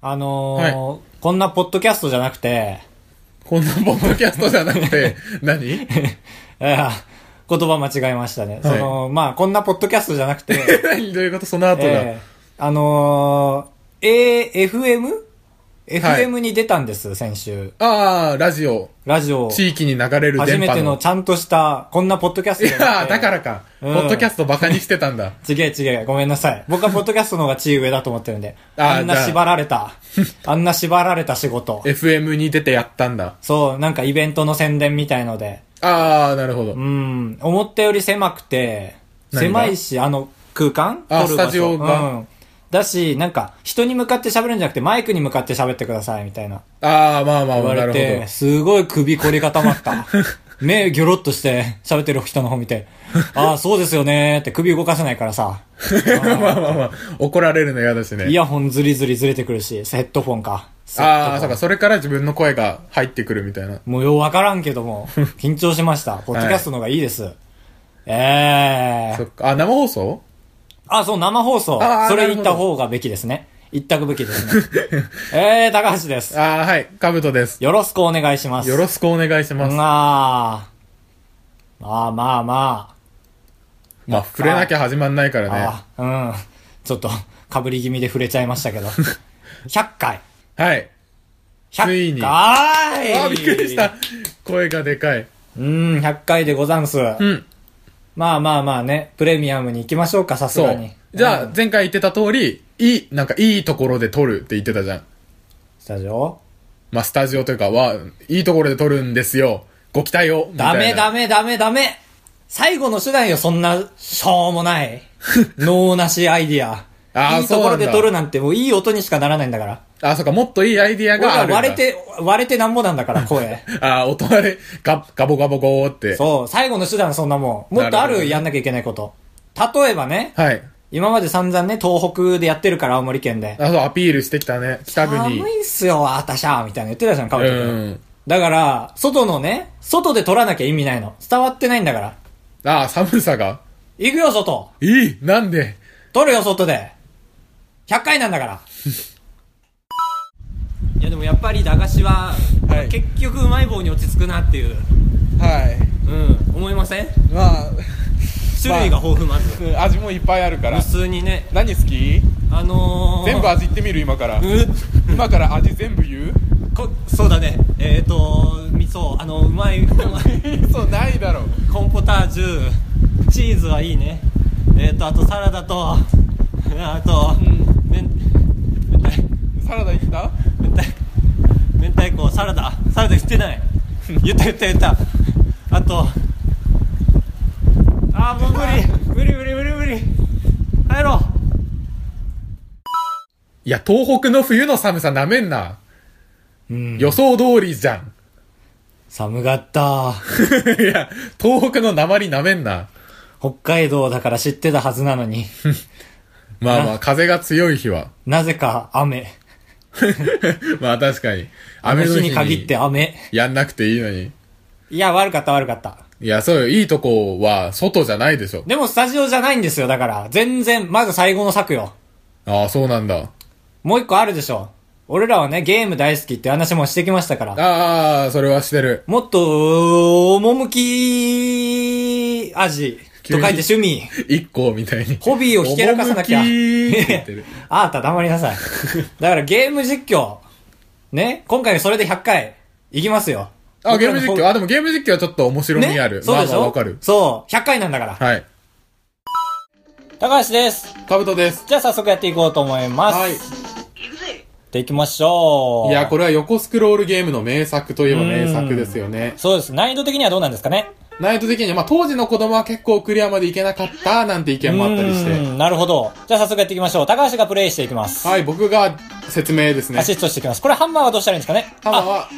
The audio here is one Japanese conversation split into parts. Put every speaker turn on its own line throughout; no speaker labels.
あのーこんなポッドキャストじゃなくて、
こんなポッドキャストじゃなくて、何
えー言葉間違えましたね。
はい
その、まあ、こんなポッドキャストじゃなく て、
何どういうことその後が。
えーあのー、AFM?FM に出たんです、先週。
ああ、ラジオ。
ラジオ、
地域に流れる
初
電
め
波
ての
の。
ちゃんとした、こんなポッドキャスト
い
じゃな
や
く
ー、
て
だからか。
うん
ポッドキャストバカにしてたん だ。
違え違え、ごめんなさい。僕はポッドキャストの方が地位上だと思ってるんで。
あー
あんな縛られ た、あんな縛られた仕事。
FM に出てやったんだ。
そう、なんかイベントの宣伝みたいので。
ああ、なるほど
う。ん、思ったより狭くて、
何が
狭いし、あの空間
あ
撮る場所
スタジオが
うん。だし、なんか、人に向かって喋るんじゃなくて、マイクに向かって喋ってください、みたいな。
ああ、まあまあ、
言わ
な
れ
る
て、
ほ
すごい首凝り固ま った。目ギョロッとして、喋ってる人の方見て、ああ、そうですよねーって首動かせないからさ。
ど。 まあまあまあ、怒られるの嫌だしね。
イヤホンずりずりずれてくるし、ヘッドフォンか。
ああ、
ヘッ
そ
ドフォン
うか、それから自分の声が入ってくるみたいな。
もうようわからんけど も、緊張しました。ポッドキャストの方がいいです。ええ
そっか。あ、生放送
あ、そう、生放送
あ。ー
それ
なる
言っ
ほど
た方がべきですね。言ったくべきですね。 ええ高橋です。
ああ、はい。かぶとです。
よろしくお願いします。
よろしくお願いします。
まあ、まあまあま
まあ、触れなきゃ始まんないから
あ。
ね。
あうん。ちょっと、かぶり気味で触れちゃいましたけ ど。100回。
はい。
100回
ついにああ、びっくりした。声がでかい。
うん、100回でござんす。
うん。
まあまあまあね、プレミアムに行きましょうか、さす
そ
が
う
に。。
じゃ
う
あ
ん、
前回言ってた通り、いい、なんかいいところで撮るって言ってたじゃん。
スタジオ
まあ、スタジオというかは、いいところで撮るんですよ。ご期待を。みた
ダ
い
メ
な
ダ。メダメダメ最後の手段よ、そんな、しょうも ない。脳なしアイディア。
あー
いいところ
そうな
で
んだ
撮るなんて、もういい音にしかならないんだから。
あ、そうか、もっといいアイディア
俺
があ
は
るんだ。
割れ。て、割れてなんぼなんだから、 声。
あ、音割れ、ガ、ガボガボゴーって。
そう、最後の手段そんなもん。もっとあ
なるほど
る
ね
やんなきゃいけないこと。例えばね、
はい。
今まで散々ね、東北でやってるから、青森県で。
あ、そう、アピールしてきたね。北
寒
国。
いんすよ、あたしゃーみたいな言ってたじゃん、かぶ
う
と君。
ん。
だから、外のね、外で撮らなきゃ意味ないの。伝わってないんだから。
あ、寒さが。
行くよ、外
いいなんで
撮るよ、外で !100 回なんだから いや、でもやっぱり駄菓子は、
はい
結局うまい棒に落ち着くなっていう、
はい。
うん、思いません
まあ、
種類が豊富、まず。
味もいっぱいあるか
無数にね、
何好き
あのー、
味いってみる今から
う
今から味全部言う
こそうだね、えっ、ー、と、味噌、あの、うまい、
そうないだろう
コーンポタージュチーズはいいねえっ、ー、とあとサラダとあと、めん、明太
サラダいった
明太明太子サラダサラダ言ってない言った言った言ったあとあーもう無理無理無理無理無理帰ろう
いや東北の冬の寒さなめんな、
うん
予想通りじゃん
寒かった
いや東北の鉛なめんな
北海道だから知ってたはずなのに
まあまあ風が強い日は
なぜか雨
まあ確かに
あの
雨の
日
日
に
に
限って雨
やんなくていいのに
いや悪かった悪かった
いやそうよいいとこは外じゃないでしょ
でもスタジオじゃないんですよ、だから。全然、まず最後の作よ。
ああそうなんだ
もう一個あるでしょ。俺らはね、ゲーム大好きって話もしてきましたから。
ああそれはしてる
もっと、趣味と書いて趣味。
一個みたいに
ホビーをひけらかさなきゃ。
趣って 言ってる
あーた、黙りなさい。だからゲーム実況。ね今回それで100回、いきますよ。
あ、ゲーム実況。
あ
あ、でもゲーム実況はちょっと面白みある。
ね、そうでしょ、
まあまあわかる。
そう、100回なんだから。
はい。
高橋です。
カブトです。
じゃあ早速やっていこうと思います。
はい
やっていきましょう。
いや、これは横スクロールゲームの名作といえば名作ですよね。
そうです。難易度的にはどうなんですかね
ナイト的には、まあ当時の子供は結構クリアまでいけなかったなんて意見もあったりし
う
て。
ーんなるほど。じゃあ早速やっていきましょう。高橋がプレイしていきます。
はい、僕が説明ですね
ア。シストしていきます。これハンマーはどうしたらいいんですかね
ハマは、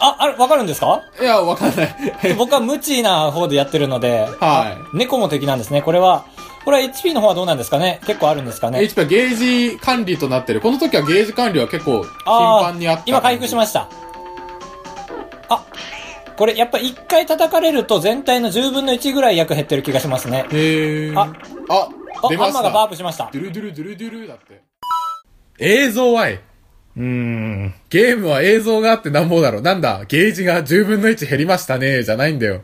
あ、あれ、わかるんですか
いや、わかんない。
僕は無知な方でやってるので、
は
猫も敵なんですね。これは、これは HP の方はどうなんですかね結構あるんですか
い。
ね
HP はゲージ管理となってる。この時はゲージ管理は結構頻
あー
繁にあった。
今回復しました。あ、これやっぱ一回叩かれると全体の10分の1ぐらい役減ってる気がしますね。
す。へー。
あ、
あ
あ、ハ
出
ン
まし
マーがバー
た。
プしました
ド。ゥルドゥルドゥルドゥルだって。映像はい。
う
うーん。ゲームは映像があってなんぼだろう。なんだ、ゲージが10分の1減りましたね、じゃないんだよ。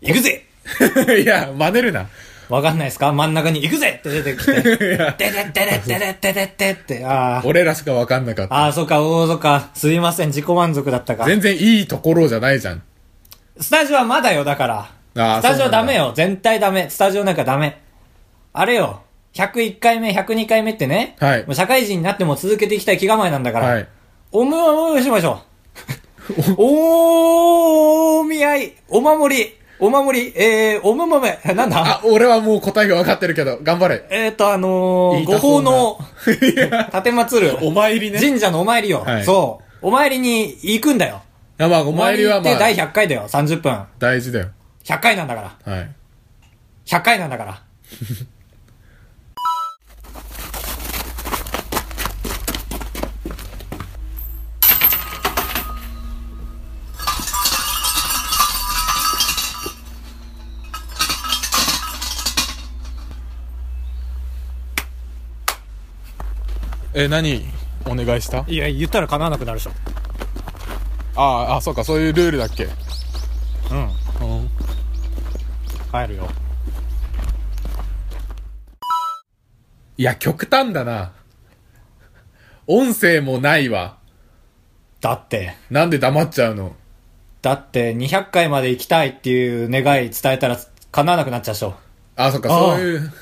行くぜ
いや、真似るな。
わかんないですか真ん中に行くぜって出てき て。でででででででででって。あー
俺らしかわかんなかった。
あー、そうか、おー、そうか。すいません、自己満足だったか。
全然いいところじゃないじゃん。
スタジオはまだよ、だから。
あー
スタジオダメ
そう
よ。全体ダメ。スタジオなんかダメ。あれよ。101回目、102回目ってね。
はい
もう社会人になっても続けていきたい気構えなんだから。
はい。
おむおむしましょ う。おーみ合い、お守り、お守り、えー、おむむめ、なんだ
あ、俺はもう答えがわかってるけど、頑張れ。
えっ、ー、と、あのー、
言い
ご
たそ
奉
うな
納、
いや、
立てまつる、
お参りね。
神社のお参りよ、
はい
そう。お参りに行くんだよ。
いやまあ、お参り
お
はまあ、
参って第100回だよ、30分。
大事だよ。
100回なんだから。
はい。
100回なんだから。
え、何お願いした
いや、言ったら叶わなくなるでしょ。
ああ、そうか、そういうルールだっけ。
うん。
うん。
帰るよ。
いや、極端だな。音声もないわ。
だって、
なんで黙っちゃうの
だって200回まで行きたいっていう願い伝えたら叶わなくなっちゃうでしょ。
あ、そっか、
ああ
そういう。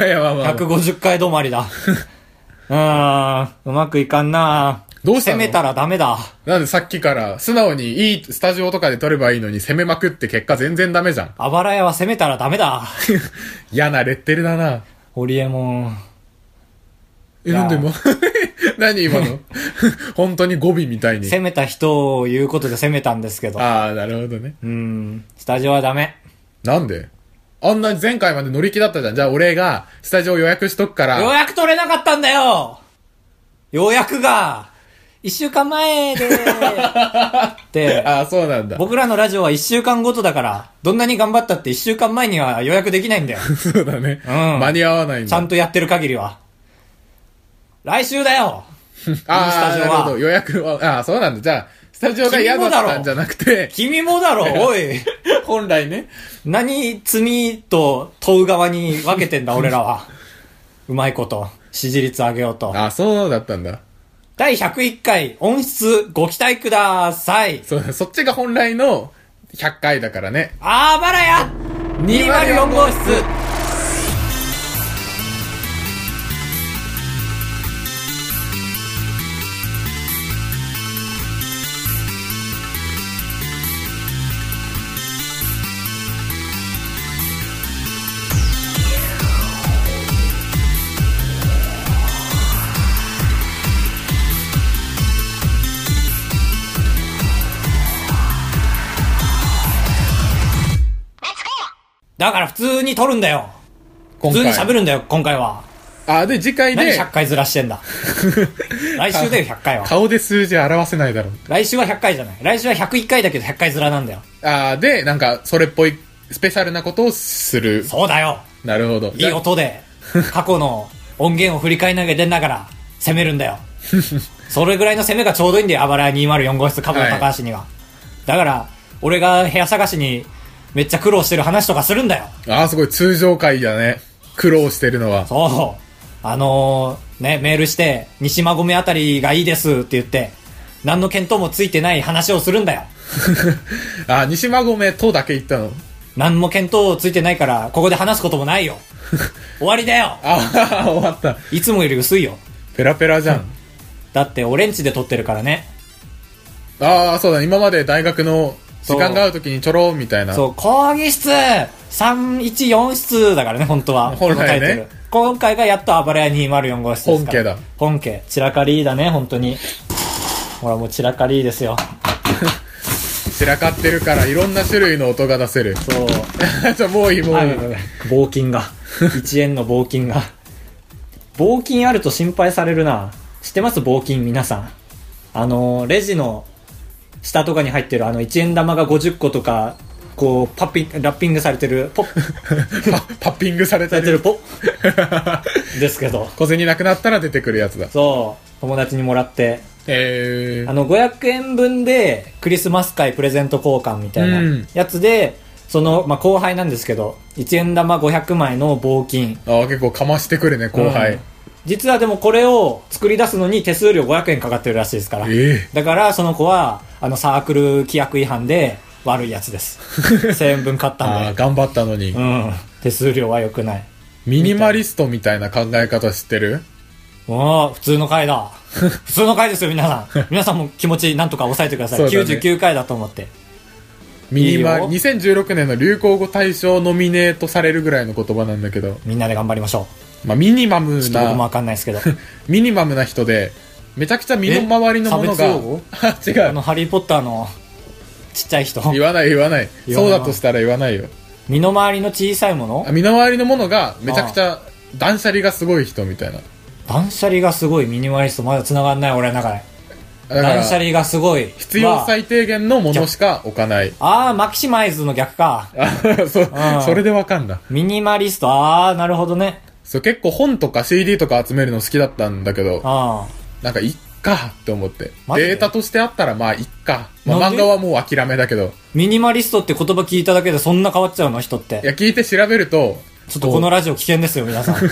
いや、まあまあまあ。
150回止まり だ。うーん、うまくいかんな
どうしたの
攻めたらダメだ。
なんでさっきから、素直にいいスタジオとかで撮ればいいのに攻めまくって結果全然ダメじゃん。
あばら屋は攻めたらダメだ。
嫌なレッテルだな。
ホリエモン。
え、
いや
なんでも 何今の 本当に語尾みたいに。
攻めた人を言うことで攻めたんですけど。
ああ、なるほどね。
うん、スタジオはダメ。
なんであんな前回まで乗り気だったじゃん。じゃあ俺がスタジオ予約しとくか
よう
ら。
やく取れなかったんだよようやくが、一週間前 で、って、
ああ、そうなんだ。
僕らのラジオは一週間ごとだから、どんなに頑張ったって一週間前には予約できないんだよ。
そうだね。
うん
間に合わないん
ちゃ
だ。
んとやってる限りは。来週だよいいスタ
ああ、
ジオ
な
は
るほど。予約は、ああ、そうなんだ。じゃあ、スタジオが嫌だったんじゃなくて、
君もだろ、おい
本来ね。
何、罪と問う側に分けてんだ、俺らは。うまいこと、支持率上げようと。
ああ、そうだったんだ。
第101回、音質ご期待ください。
そうだ、そっちが本来の100回だからね。
あばらや204号室だから普通に撮るんだよ。
今
普通
回。
に喋るんだよ、今回は。
ああ、で、次回
何
で、
100回ずらしてんだ。 来週だよ、100回は。
顔で数字表せないだろう。
来週は100回じゃない。来週は101回だけど100回ずらなんだよ。
ああ、で、なんか、それっぽい、スペシャルなことをする。
そうだよ。
なるほど。
いい音で、過去の音源を振り返り投げてんだから、攻めるんだよ。それぐらいの攻めがちょうどいいんだよ、あばら204号室、株の高橋には。だから、俺が部屋探しにめっちゃ苦労してる話とかするんだよ。
ああ、すごい、通常回だね。苦労してるのは。
そう。あのーね、メールして、西馬込あたりがいいですって言って、何の見当もついてない話をするんだよ。
ああ、西馬込とだけ言ったの。
何も見当ついてないから、ここで話すこともないよ。終わりだよ
ああ、終わった。
いつもより薄いよ。
ペラペラじゃん。
だって、俺んちで撮ってるからね。
ああ、そうだ、今まで大学の時
そう
間が合う時にちょろみたいな。
そう、講義室 !314 室だからね、本当は。
本来ね
このタイトル今回がやっと暴れ屋204号室ですから。
本家だ。
本家。散らかりだね、本当に。ほら、もう散らかりですよ。
散らかってるから、いろんな種類の音が出せる。
そう。
じゃもういい、もう
あ
いい。
棒金 が。1円の棒金が。棒金あると心配されるな。知ってます棒金皆さん。あの、レジの下とかに入ってるあの1円玉が50個とかこう、パッピン、ラッピングされてる、ポッ、
パッピングされ
さ
た
れて
り
るポッ、ですけど。
小銭なくなったら出てくるやつだ
そう、友達にもらって、
え
あの、500円分で、クリスマス会プレゼント交換みたいな
うん
やつで、その、まあ、後輩なんですけど、1円玉500枚の募金。
ー、ああ結構かましてくるね後
う
輩
ん、実はでもこれを作り出すのに手数料500円かかってるらしいですから。
ええ
だから、その子は、あの、サークル規約違反で、悪いやつ です。1000円分買ったん
あ
で
あ。頑張ったのに、
うん。手数料は良くない。
ミニマリストみたいな考え方知ってる
もう、普通の回だ。普通の回ですよ、皆さ ん。皆さんも気持ちなんとか抑えてください。
そうだね
99回だと思って。
ミニマ
いいよ
2016年の流行語大賞ノミネートされるぐらいの言葉なんだけど、
みんなで頑張りましょ
まあ、ミニマム
う。ちょっと僕も
な
わかんないですけど。あ
ミニマムな人でめちゃくちゃ身の回りのものが
え差別用語
あ 違う
の、ハリーポッターの、ちっちゃい人。
言わない言わない
言わ
そ
な
う
い
だとしたら言わないよ
身の回りの小さいもの
あ身の回りのものがめちゃくちゃ断捨離がすごい人みたいな
断捨離がすごい、ミニマリストまだ繋がんない、俺の中で。
だか
断
ら
捨離がすごい。
必要
は
最低限のものしか置かない
あー、マキシマイズの逆か。
あ そ
ん
それでわかんだ
ミニマリスト、あー、なるほどね。
そう結構本とか CD とか集めるの好きだったんだけど
あ
なんかいっかって思って
マジで
データとしてあったらまあいっか、まあ
なん
漫
で
画はもう諦めだけど
ー。ミニマリストって言葉聞いただけでそんな変わっちゃうの人って
い。や聞いて調べると
ちょっとこのラジオ危険ですよ、皆さん。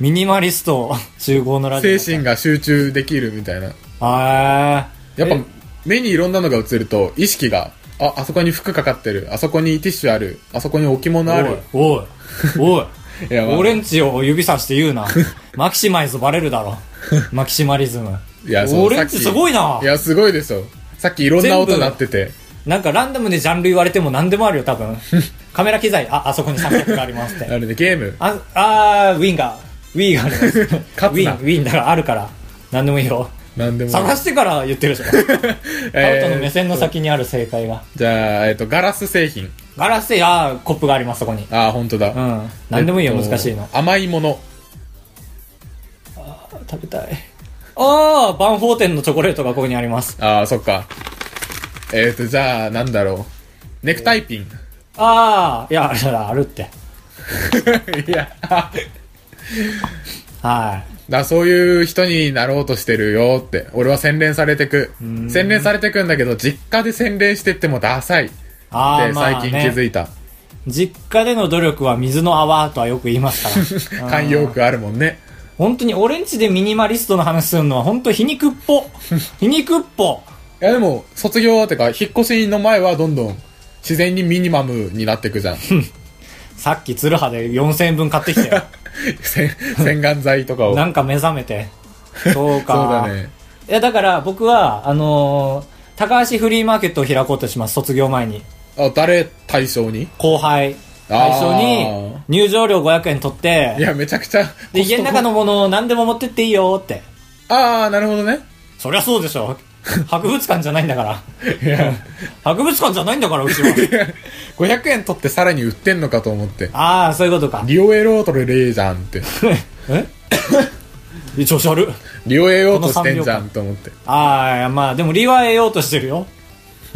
ミニマリスト集合のラジオ。
精神が集中できるみたいな
あ
やっぱ
え
目にいろんなのが映ると意識がああそこに服かかってるあそこにティッシュあるあそこに置物ある
ー。おい、おい、お い。
いや、まあ
俺んちを指さして言う な。マキシマイズバレるだろ。マキシマリズム。
いやそう
俺ん
さっ
ち
き。
すごいない
やすごいでしょさっきいろんな音
全部
鳴ってて
なんかランダムでジャンル言われても何でもあるよ、多 分。カメラ機材、あ、あそこに300がありますって。
あれねゲーム
あ、あーウィンが、ウィーがあります。ウ
勝つ
ィ
な
ン、ウィンだからあるから。何でもいいよ。
なんでも
探してから言ってるでしょ。タウトの目線の先にある正解が。
じゃあ、えっと、ガラス製品
ガラスで、あーコップがあります、そこに。
ああ本当だ、
う
えっ
ん。
と
何でもいいよ、難しいの。
甘いもの
食べたい。ああ、バンフォーテンのチョコレートがここにあります。
ああそっかえっとじゃあなんだろうネクタイピン
ああ、いや、あれだ、あるって。
いやだか
は
らそういう人になろうとしてるよって俺は洗練されてく洗練されてくんだけど実家で洗練してってもダサいって
い。ああ、まあ、
最
ね、
近気づいた、
実家での努力は水の泡とはよく言い ますから。
慣用句あるもんね
本当に俺んちでミニマリストの話するのは本当皮肉っ ぽ。皮肉っぽ。
いやでも卒業ってか引っ越しの前はどんどん自然にミニマムになってくじゃん
さっきツルハで4000円分買ってきたよ。
洗洗顔剤とかを
なんか目覚めて。そうか。
そうだね
いや、だから僕は、あのー高橋フリーマーケットを開こうとします、卒業前に。
あ誰対象に
後輩。
あ
最
ー
初に、入場料500円取っ
い
て、
やめちゃくちゃ
で、家の中のものを何でも持ってっていいよって。
ああなるほどね
そりゃそうでしょ。博物館じゃないんだから。
いや
博物館じゃないんだから、うちは。
500円取ってさらに売ってんのかと思って
ああ、そういうこと か。
リオエロートルレーじゃんって
え調子悪っ。
リオエロートしてんじゃんと思って
ああ、まあ、でも理は得ようとしてるよ。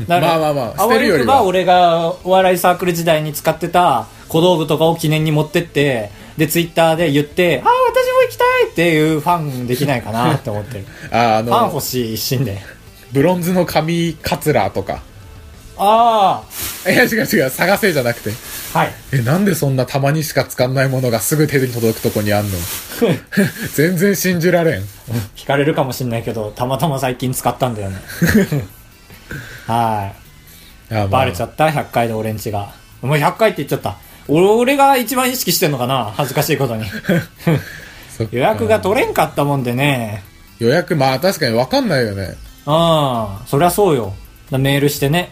だから
まあまあまあ
あ
捨て
わ
る
よ
よ
く
り
ば
は
俺がお笑いサークル時代に使ってた小道具とかを記念に持ってって、で、ツイッターで言って、ああ、私も行きたいっていうファンできないかなって思 ってる。フ
あーあ
ァン
の
欲しい一心で。
ブロンズの髪カツラとか
あ
いや違う違う探せじゃなくて
あ、はい。
えなんでそんなたまにしか使わないものがすぐ手に届くとこにあんの 全然信じられん
惹かれるかもしれないけど、たまたま最近使ったんだ よね。はい。
あ、まあ
バレちゃった100回で俺んちが。もう100回って言っちゃった。俺俺が一番意識してんのかな恥ずかしいこと に。
そっか
予約が取れんかったもんでね。
予約まあ確かに分かんないよね
うん。そりゃそうよ。メールしてね。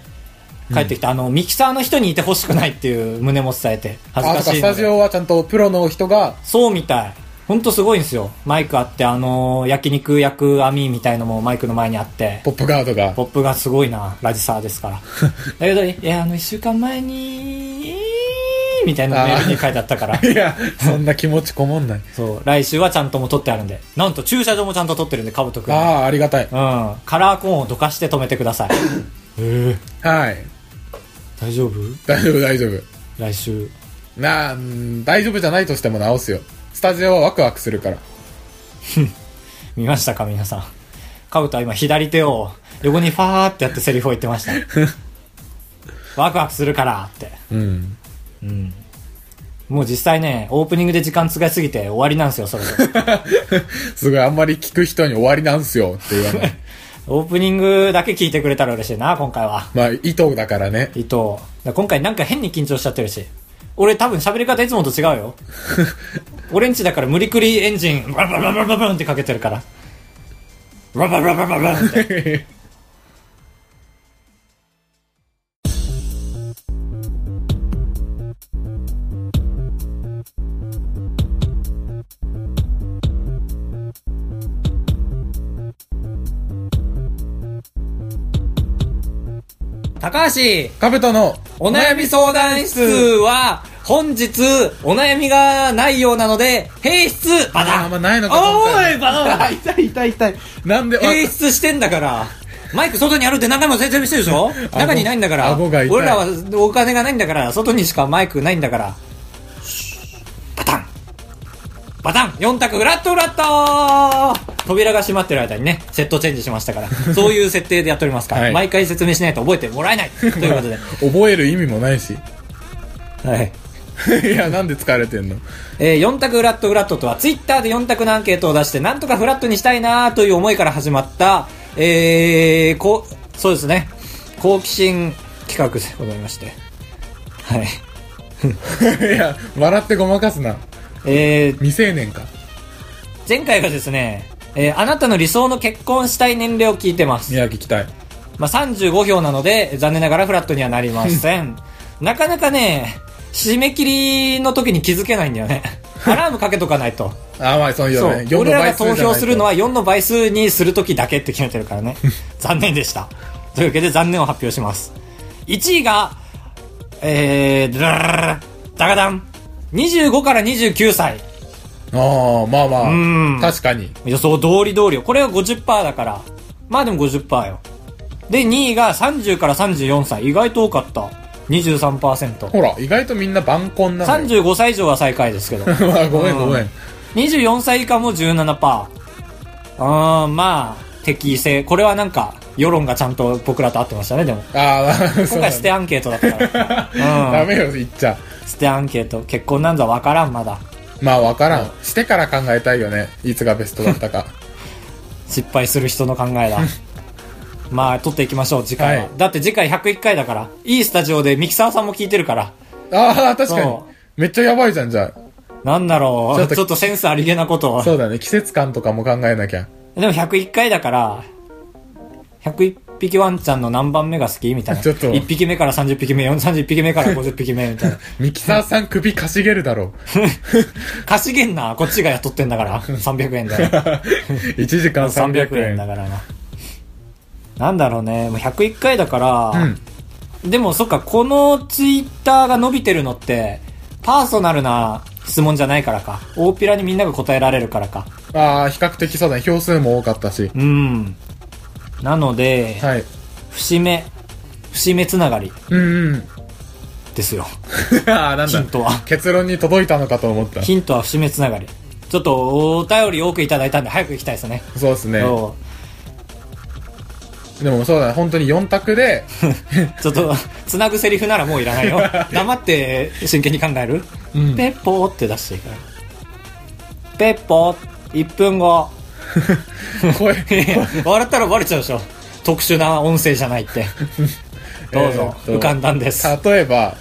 帰ってきた、あの、ミキサーの人にいてほしくないっていう胸も伝えて。恥ず
あ
か
とか
しい
ス
の
タジ
で。
オはちゃんとプロの人が
そうみたい。ほんとすごいんですよ。マイクあって、あのー焼肉焼く網みたいのもマイクの前にあって。
ポップガードが
ポップがすごいな、ラジサーです から。だけど、いや、あの、一週間前に、みたいなメールに書いてあったから。
いやそんな気持ちこ もんない
そう、来週はちゃんとも撮ってあるんで。なんと駐車場もちゃんと撮ってるんで、かぶとくん。うん。
ああありがたい
カラーコーンをどかして止めてください。
はい
大丈夫
大丈夫、大丈夫。
来週。
なあ、うん大丈夫じゃないとしても直すよ。スタジオはワクワクするから。
見ましたか皆さん。カブトは今左手を横にファーってやってセリフを言って ました。ワクワクするからって。
うん。
もう実際ね、オープニングで時間使いすぎて終わりなんですよ、それ そろ
すごい、あんまり聞く人に終わりなんすよって言わ ない。
オープニングだけ聞いてくれたら嬉しいな、今回は。
まあ、意図だからね。
伊藤。だから今回なんか変に緊張しちゃってるし。俺多分喋り方いつもと違うよ。俺んちだから無理くりエンジン、バラバラバラバラバランってかけてるから。バラバラバラバラバランって。高橋
カブトの、
お悩み相談室は、本日、お悩みがないようなので、閉室バ
あ
タ
ーまあないのか
お
今
ー
回
いバタ痛い痛い痛い。
なんで、
提出してんだから。マイク外にあるって何回も説明してるでしょ
顎
中にないんだから。
顎が痛い
俺らはお金がないんだから、外にしかマイクないんだから。バタンバタン !4 択、フラットフラット扉が閉まってる間にね、セットチェンジしましたから。そういう設定でやっておりますから、
はい
毎回説明しないと覚えてもらえない。ということ で。
覚える意味もないし。
はい。
いや、なんで疲れてんの
えー、4択フラットフラットとは、ツイッターで4択のアンケートを出して、なんとかフラットにしたいなという思いから始まった、えー、こう、そうですね、好奇心企画でございまして。はい。
いや、笑ってごまかすな。
えー、
未成年か。
前回がですね、えー、あなたの理想の結婚したい年齢を聞いてます。
宮城期待。
まあ、35票なので、残念ながらフラットにはなりません。なかなかね、締め切りの時に気づけないんだ よね。アラームかけとかないと。
あ、まあ、そういう
そ
よね。
う俺らが投
じゃない
票
と
するのは、4の倍数にするときだけって決めてるからね残念でしたというわけで残念を発表します1位がえーダララララダガダン25から29歳
ああ、まあ
う
ま
ん
あ。確かに。
予想通り通りよこれは50%だからまあでも50%よで2位が30から34歳意外と多かった23%35
ほら、意外とみんな晩婚なのよ。
歳以上は最下位ですけど
まあ、ごめんごめん。
24歳以下も17%。うーん、まあ、適正。これはなんか、世論がちゃんと僕らと合ってましたね、でも。
ああ、そ
今
うだ
回捨てアンケートだった から。
ダ
うん。
メよ、言っちゃ。
捨てアンケート。結婚なんざわからん、まだ。
まあ、わからん。してから考えたいよね。いつがベストだっ たか。
失敗する人の考え だ。まあ、取っていきましょう、次回は。
はい
だって次回101回だから。いいスタジオでミキサーさんも聞いてるから。
ああ、確かに
そ。
めっちゃやばいじゃん、じゃ
なんだろう。ち
ち
ょ
ょ
っと
っと
センスありげなことを
あ。。そうだね、季節感とかも考えなきゃ。
でも101回だから、101匹ワンちゃんの何番目が好きみたいな。
ちょっと
1匹目から30匹目、30匹目から50匹目みたいな。
ミキサーさん首かしげるだろ
貸しげんな、こっちが雇ってんだから。300円 だよ。
う。1時間300
300円だ
円。
からな。なんだろうね、もう101回だか
う
ら、
ん。
でもそっか、このツイッターが伸びてるのって、パーソナルな質問じゃないからか。大っぴらにみんなが答えられるからか。
ああ、比較的そうだね。票数も多かったし。
うん。なので、
はい。
節目、節目つながり
うんうん。
ですよ。
ああ、なん
ヒ
だ
ン。トは。
結論に届いたのかと思った。
ヒントは節目つながり。ちょっとお便り多くいただいたんで早く行きたいですね。
そうですね。
そ
でもそうだね、本当に4 択で、
うちょっと、つなぐセリフならもういら ないよ。黙って真剣に考える、
うん
ペッポーって出していいから。ペッポー、1分 後。
声、
笑ったらバレちゃうでしょ。特殊な音声じゃないって。 どうぞ、
えーと
浮かんだんです。
例えば、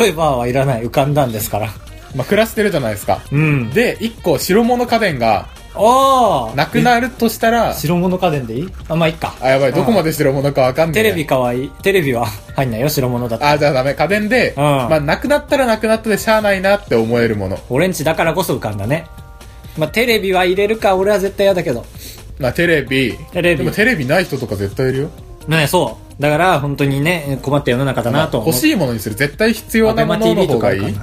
例えばはいらない、浮かんだんですから。
まあ、暮らしてるじゃないですか。
うん。
で、1個白物家電が
おー
なくなるとしたら、
白物家電でいいあ、まあ、いっか。
あ、やばい、どこまで白物かわかんない。
テレビ。かわいい。テレビは入んないよ、白物だと。
あ、じゃあダメ。家電で、
うん
まあ、なくなったらなくなったでしゃあないなって思えるもの。
俺んちだからこそ浮かんだね。まあ、テレビは入れるか、俺は絶対嫌だけど。
まあ、テレビ。
テレビ
でもテレビない人とか絶対いるよ。
ね、そう。だから、本当にね、困った世の中だなと思
欲しいものにする。絶対必要なものの方がいい。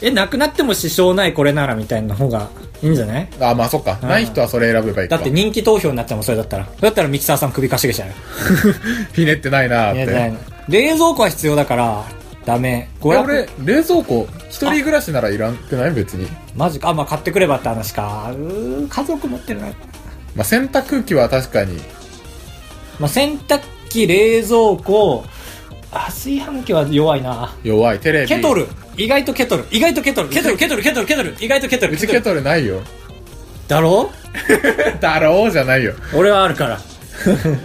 え、なくなっても支障ないこれならみたいな方がいいんじゃない
あ、まあ、そっか。
ん
ない人はそれ選べばいい
だ
か。
って人気投票になってもそれだったら。だったらミキサーさん首かしげちゃうよ。
ひねってないなー
いや
っ
いやいや
て。
冷蔵庫は必要だから、ダメ。
え
500
俺、冷蔵庫、一人暮らしならいらんくない別に。
マジか。あ、まあ、買ってくればって話か。うー家族持ってるな。
まあ、洗濯機は確かに。
まあ、洗濯機、冷蔵庫、あ、炊飯器は弱いな。
弱い。テレビ。
ケトル意外とケトル意外とケトルケトルケトルケトルケトル意外とケトル
うちケトルないよ。
だろ
だろうじゃないよ。
俺はあるから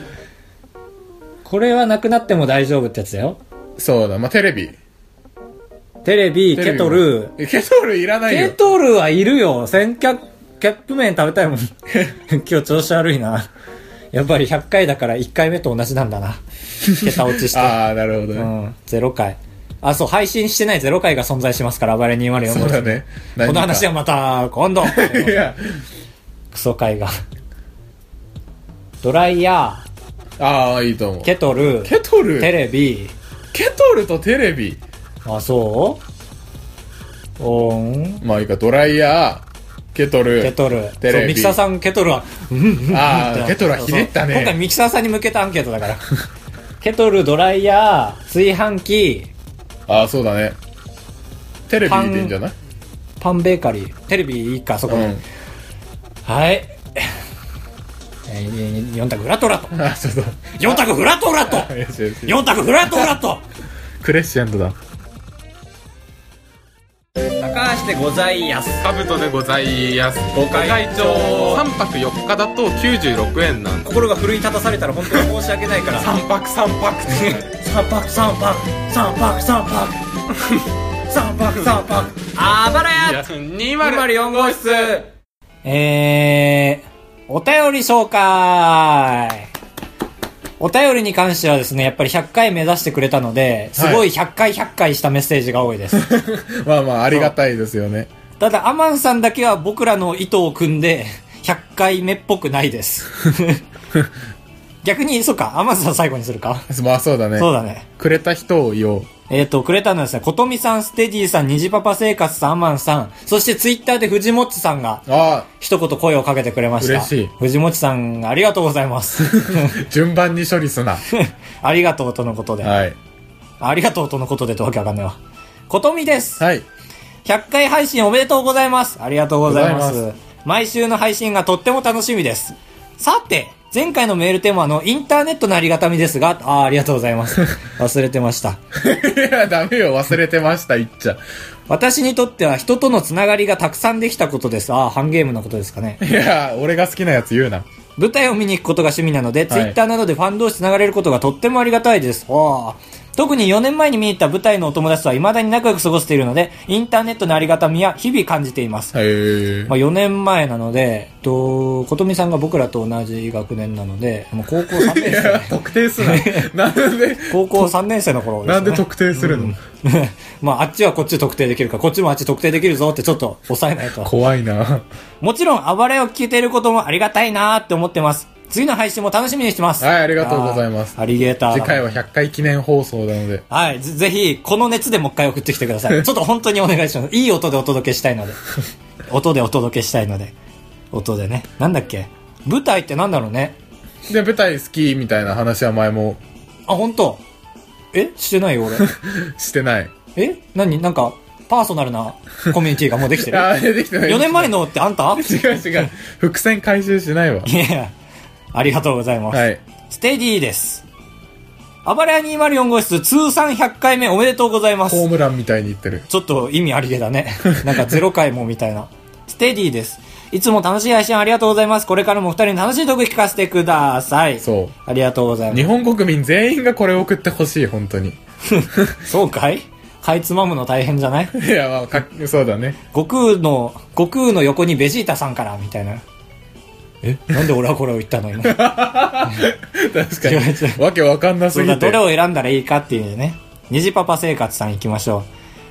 これはなくなっても大丈夫ってやつだよ
そうだ。まあ、テレビ。
テレビ
テレ
ケ
ビ
トル
えケトルいらない
ケ
よ。
トルはいるよ先客カップ麺食べたいもん 今日調子悪いなやっぱり100回だから1回目と同じなんだな桁落ちして
ああ、なるほど
う
ね。
ん0回あそう配信してない0回が存在しますから暴れ204
そう
号
だね。
この話は
は。
また今 度
いや、
クソ会が。ドライヤ
ああ、いいと思う
ー、。ケトル、
ケトル
テレビ、
ケトルとテレビ。
あ、そうおーん、
まあいいか、ドライヤー、ケトル。
ケトル。
テレビ
そうミキサーさん、ケトルは、うんうんうん
あー
って
ケトルはひねった
そう
ね
そう今回ミキサーさんに向けたアンケートだから。ケトル、ドライヤー、炊飯器、
ああ、そうだね。テレビでいいんじゃない
パンベーカリー。テレビいいか、そこ
う
に。
ん。
はい。えー、4択フラトラト。
あ、そうだ。
4択フラトラト。
よしよし
4択フラトラト。
クレッシェンドだ。
高橋でございやす。
カブトでございます
ご
ご
会
会
長
長3泊4日だと96円なんで
心が奮い立たされたら本当に申し訳ないから
3泊3泊
三泊三泊三泊三泊三泊三泊あばらや
204号室
えー、お便り紹介お便りに関してはですね、やっぱり100回目指してくれたので、すごい100回100回したメッセージが多いです。
まあまあ、ありがたいですよね。
ただ、アマンさんだけは僕らの意図を組んで、100回目っぽくないです。逆に、そうか、アマンさん最後にするか。
まあそうだね。
そうだね。
くれた人を言おう。
えっ、と、くれたのはですね、ことみさん、ステディさん、にじパパ生活さん、アマンさん、そしてツイッターで藤もっちさんが、
あ
一言声をかけてくれました。
嬉しい
藤もっちさん、ありがとうございます。
あ、 順番に処理すな。
ありがとうとのことで。
はい。
ありがとうとのことでとわけわかんないわ。ことみです。
はい。
100回配信おめでとうございます。ありがとうございます。
ござ
毎週の配信がとっても楽しみです。さて、前回のメールテーマのインターネットのありがたみですが、あーありがとうござい ます。忘れてました。
いや、ダメよ。忘れてました、言っちゃ。
私にとっては人とのつながりがたくさんできたことです。ああ、ハンゲームのことですかね。
いや、俺が好きなやつ言うな。
舞台を見に行くことが趣味なので、ツ
は
イ
い
ッターなどでファン同士つながれることがとってもありがたいです。ああ特に4年前に見に行った舞台のお友達とは未だに仲良く過ごしているので、インターネットのありがたみや日々感じています。
へえ。
まあ、4年前なので、えっと、ことみさんが僕らと同じ学年なので、もう高校3
い
年
や、
生。
特定す な。なんで、
高校3年生の頃ですね。
なんで特定するの
まあ、あっちはこっち特定できるから、こっちもあっち特定できるぞってちょっと抑えないと。
怖いな。
もちろん、暴れを聞いていることもありがたいなーって思ってます。次の配信も楽しみにしてます。
はいありがとうございます
あーアリゲーター。
次回は100回記念放送なので。
はい、ぜぜひ、この熱でもう一回送ってきてくださ い。ちょっと本当にお願いします。いい音でお届けしたいので。音でお届けしたいので。音でね。なんだっけ舞台ってなんだろうね。
で、舞台好きみたいな話は前も
あ、本当えしてない よ、俺。
してない。
え何なんか、パーソナルなコミュニティがもうできてる。
あ、でき てない。
4年前のってあんた
違う 違う。伏線回収しないわ。
いや、ありがとうございます。
はい。
ステディです。あばれや204号室通算100回目おめでとうございま
ホー
す。
ムランみたいに言ってる。
ちょっと意味ありげだね。 なんか0回もみたいな。ステディです。いつも楽しい配信ありがとうございます。これからもお二人に楽しいトーク聞かせてください。
そう。
ありがとうござい
日
ま
本国民全員がこれを送ってほしい、本当に。
す。そうかいかいつまむの大変じゃない
いや、まあ、かそうだね。
悟空の、悟空の横にベジータさんから、みたいな。えなんで俺はこれを言ったの今。
確か
違う違
に。わけわかんな
そ
す
うだ
ぎ
ど
て
れ。を選んだらいいかっていうね。虹パパ生活さん行きましょう。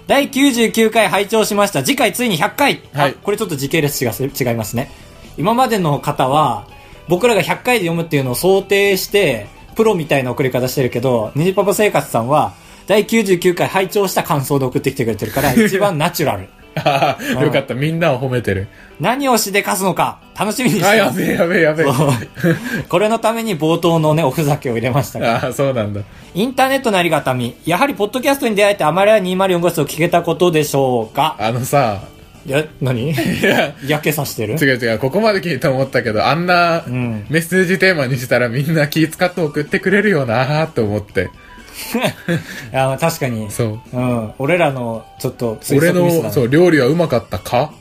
第99回拝聴しました。次回ついに100回、あ
はい
これちょっと時系列違う違いますね。今までの方は、僕らが100回で読むっていうのを想定して、プロみたいな送り方してるけど、虹パパ生活さんは、第99回拝聴した感想で送ってきてくれてるから、一番ナチュラル。
ああ、よかった。みんなを褒めてる。
何をしでかすのか、楽しみにし
あ、
て
や
ます
べえやべえやべえ。
そう これのために冒頭のね、おふざけを入れましたが。
ああ、そうなんだ。
インターネットのありがたみ。やはり、ポッドキャストに出会えて、あまりは204号室を聞けたことでしょうか。
あのさ、
いや、何
いや、
やけさしてる
違う違う、ここまで聞いて思ったけど、あんなメ
ん
ッセージテーマにしたらみんな気使って送ってくれるよなーと思って。
あ確かに。
そう。
うん。俺らの、ちょっと、推
俺
測ミスだ
の、
ね
そう、料理はうまかったか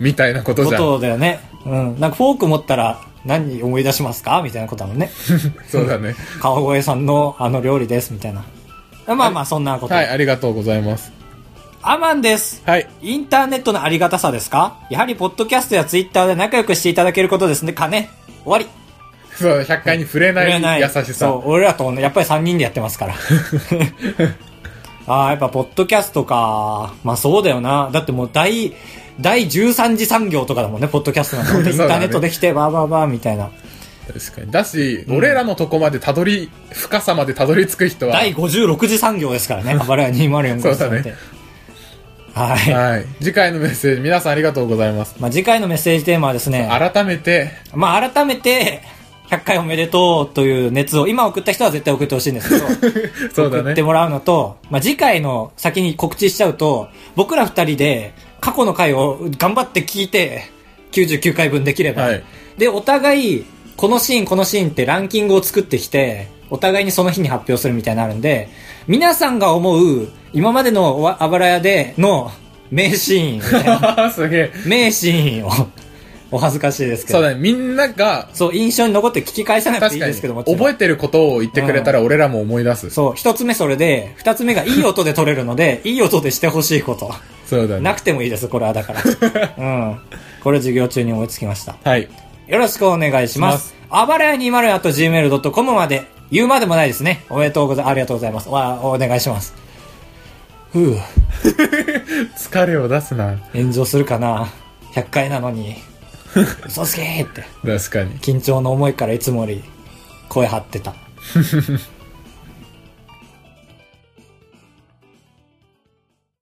みたいなことじ
こ
ゃん。
とだよね。うん。なんか、フォーク持ったら、何思い出しますかみたいなことだもん ね。
そうだね。
川越さんの、あの料理です、みたいな。まあまあ、そんなこと。
はい、ありがとうございます。
アマンです。
はい。
インターネットのありがたさですかやはり、ポッドキャストやツイッターで仲良くしていただけることですね。かね。終わり。
そう、100回に触れ
売
な
れ
い
ない
優
そ
しさ。
う、俺らとねやっぱり3人でやってます から。ああ、やっぱ、ポッドキャストか。まあそうだよな。だってもう、第、第13次産業とかだもんね、ポッドキャスト なんて。インターネットできて、バーバーバーみたいな。
確かに。だし、俺らのとこまでたどり、深さまでたどり着く人は、
第56次産業ですからね、暴れ屋204号室なん
そうだ
て。はい。
はい。次回のメッセージ、皆さんありがとうございます。
まあ次回のメッセージテーマはですね、
改めて、
まあ改めて、100回おめでとうという熱を、今送った人は絶対送ってほしいんですけど、
そう
送
だ
って
ね。
もらうのと、まあ、次回の先に告知しちゃうと、僕ら二人で過去の回を頑張って聞いて、99回分できれば。
はい
で、お互い、このシーン、このシーンってランキングを作ってきて、お互いにその日に発表するみたいになるんで、皆さんが思う、今までのわあばら屋での名シーンみたい な、
すげえ。
名シーンを、お恥ずかしいですけ
そ
ど。
うだね。みんなが、
そう印象に残って聞き返さなくてい
確
い
か
で
に、
すけども、
覚えてることを言ってくれたら俺らも思い出す。
そう、一つ目それで、二つ目がいい音で撮れるので、いい音でしてほしいこと。
そうだ
な
ね。
くてもいいです、これはだ から。うん。これ授業中に思いつきました。
はい。
よろしくお願いします。あばれや 204.gmail.com まで、言うまでもないですね。おめでとうございます。ありがとうございます。わお願いします。ふぅ、
疲れを出すな。
炎上するかな ?100 回なの に。嘘つけーって。
確かに。
緊張の思いからいつもより声張ってた。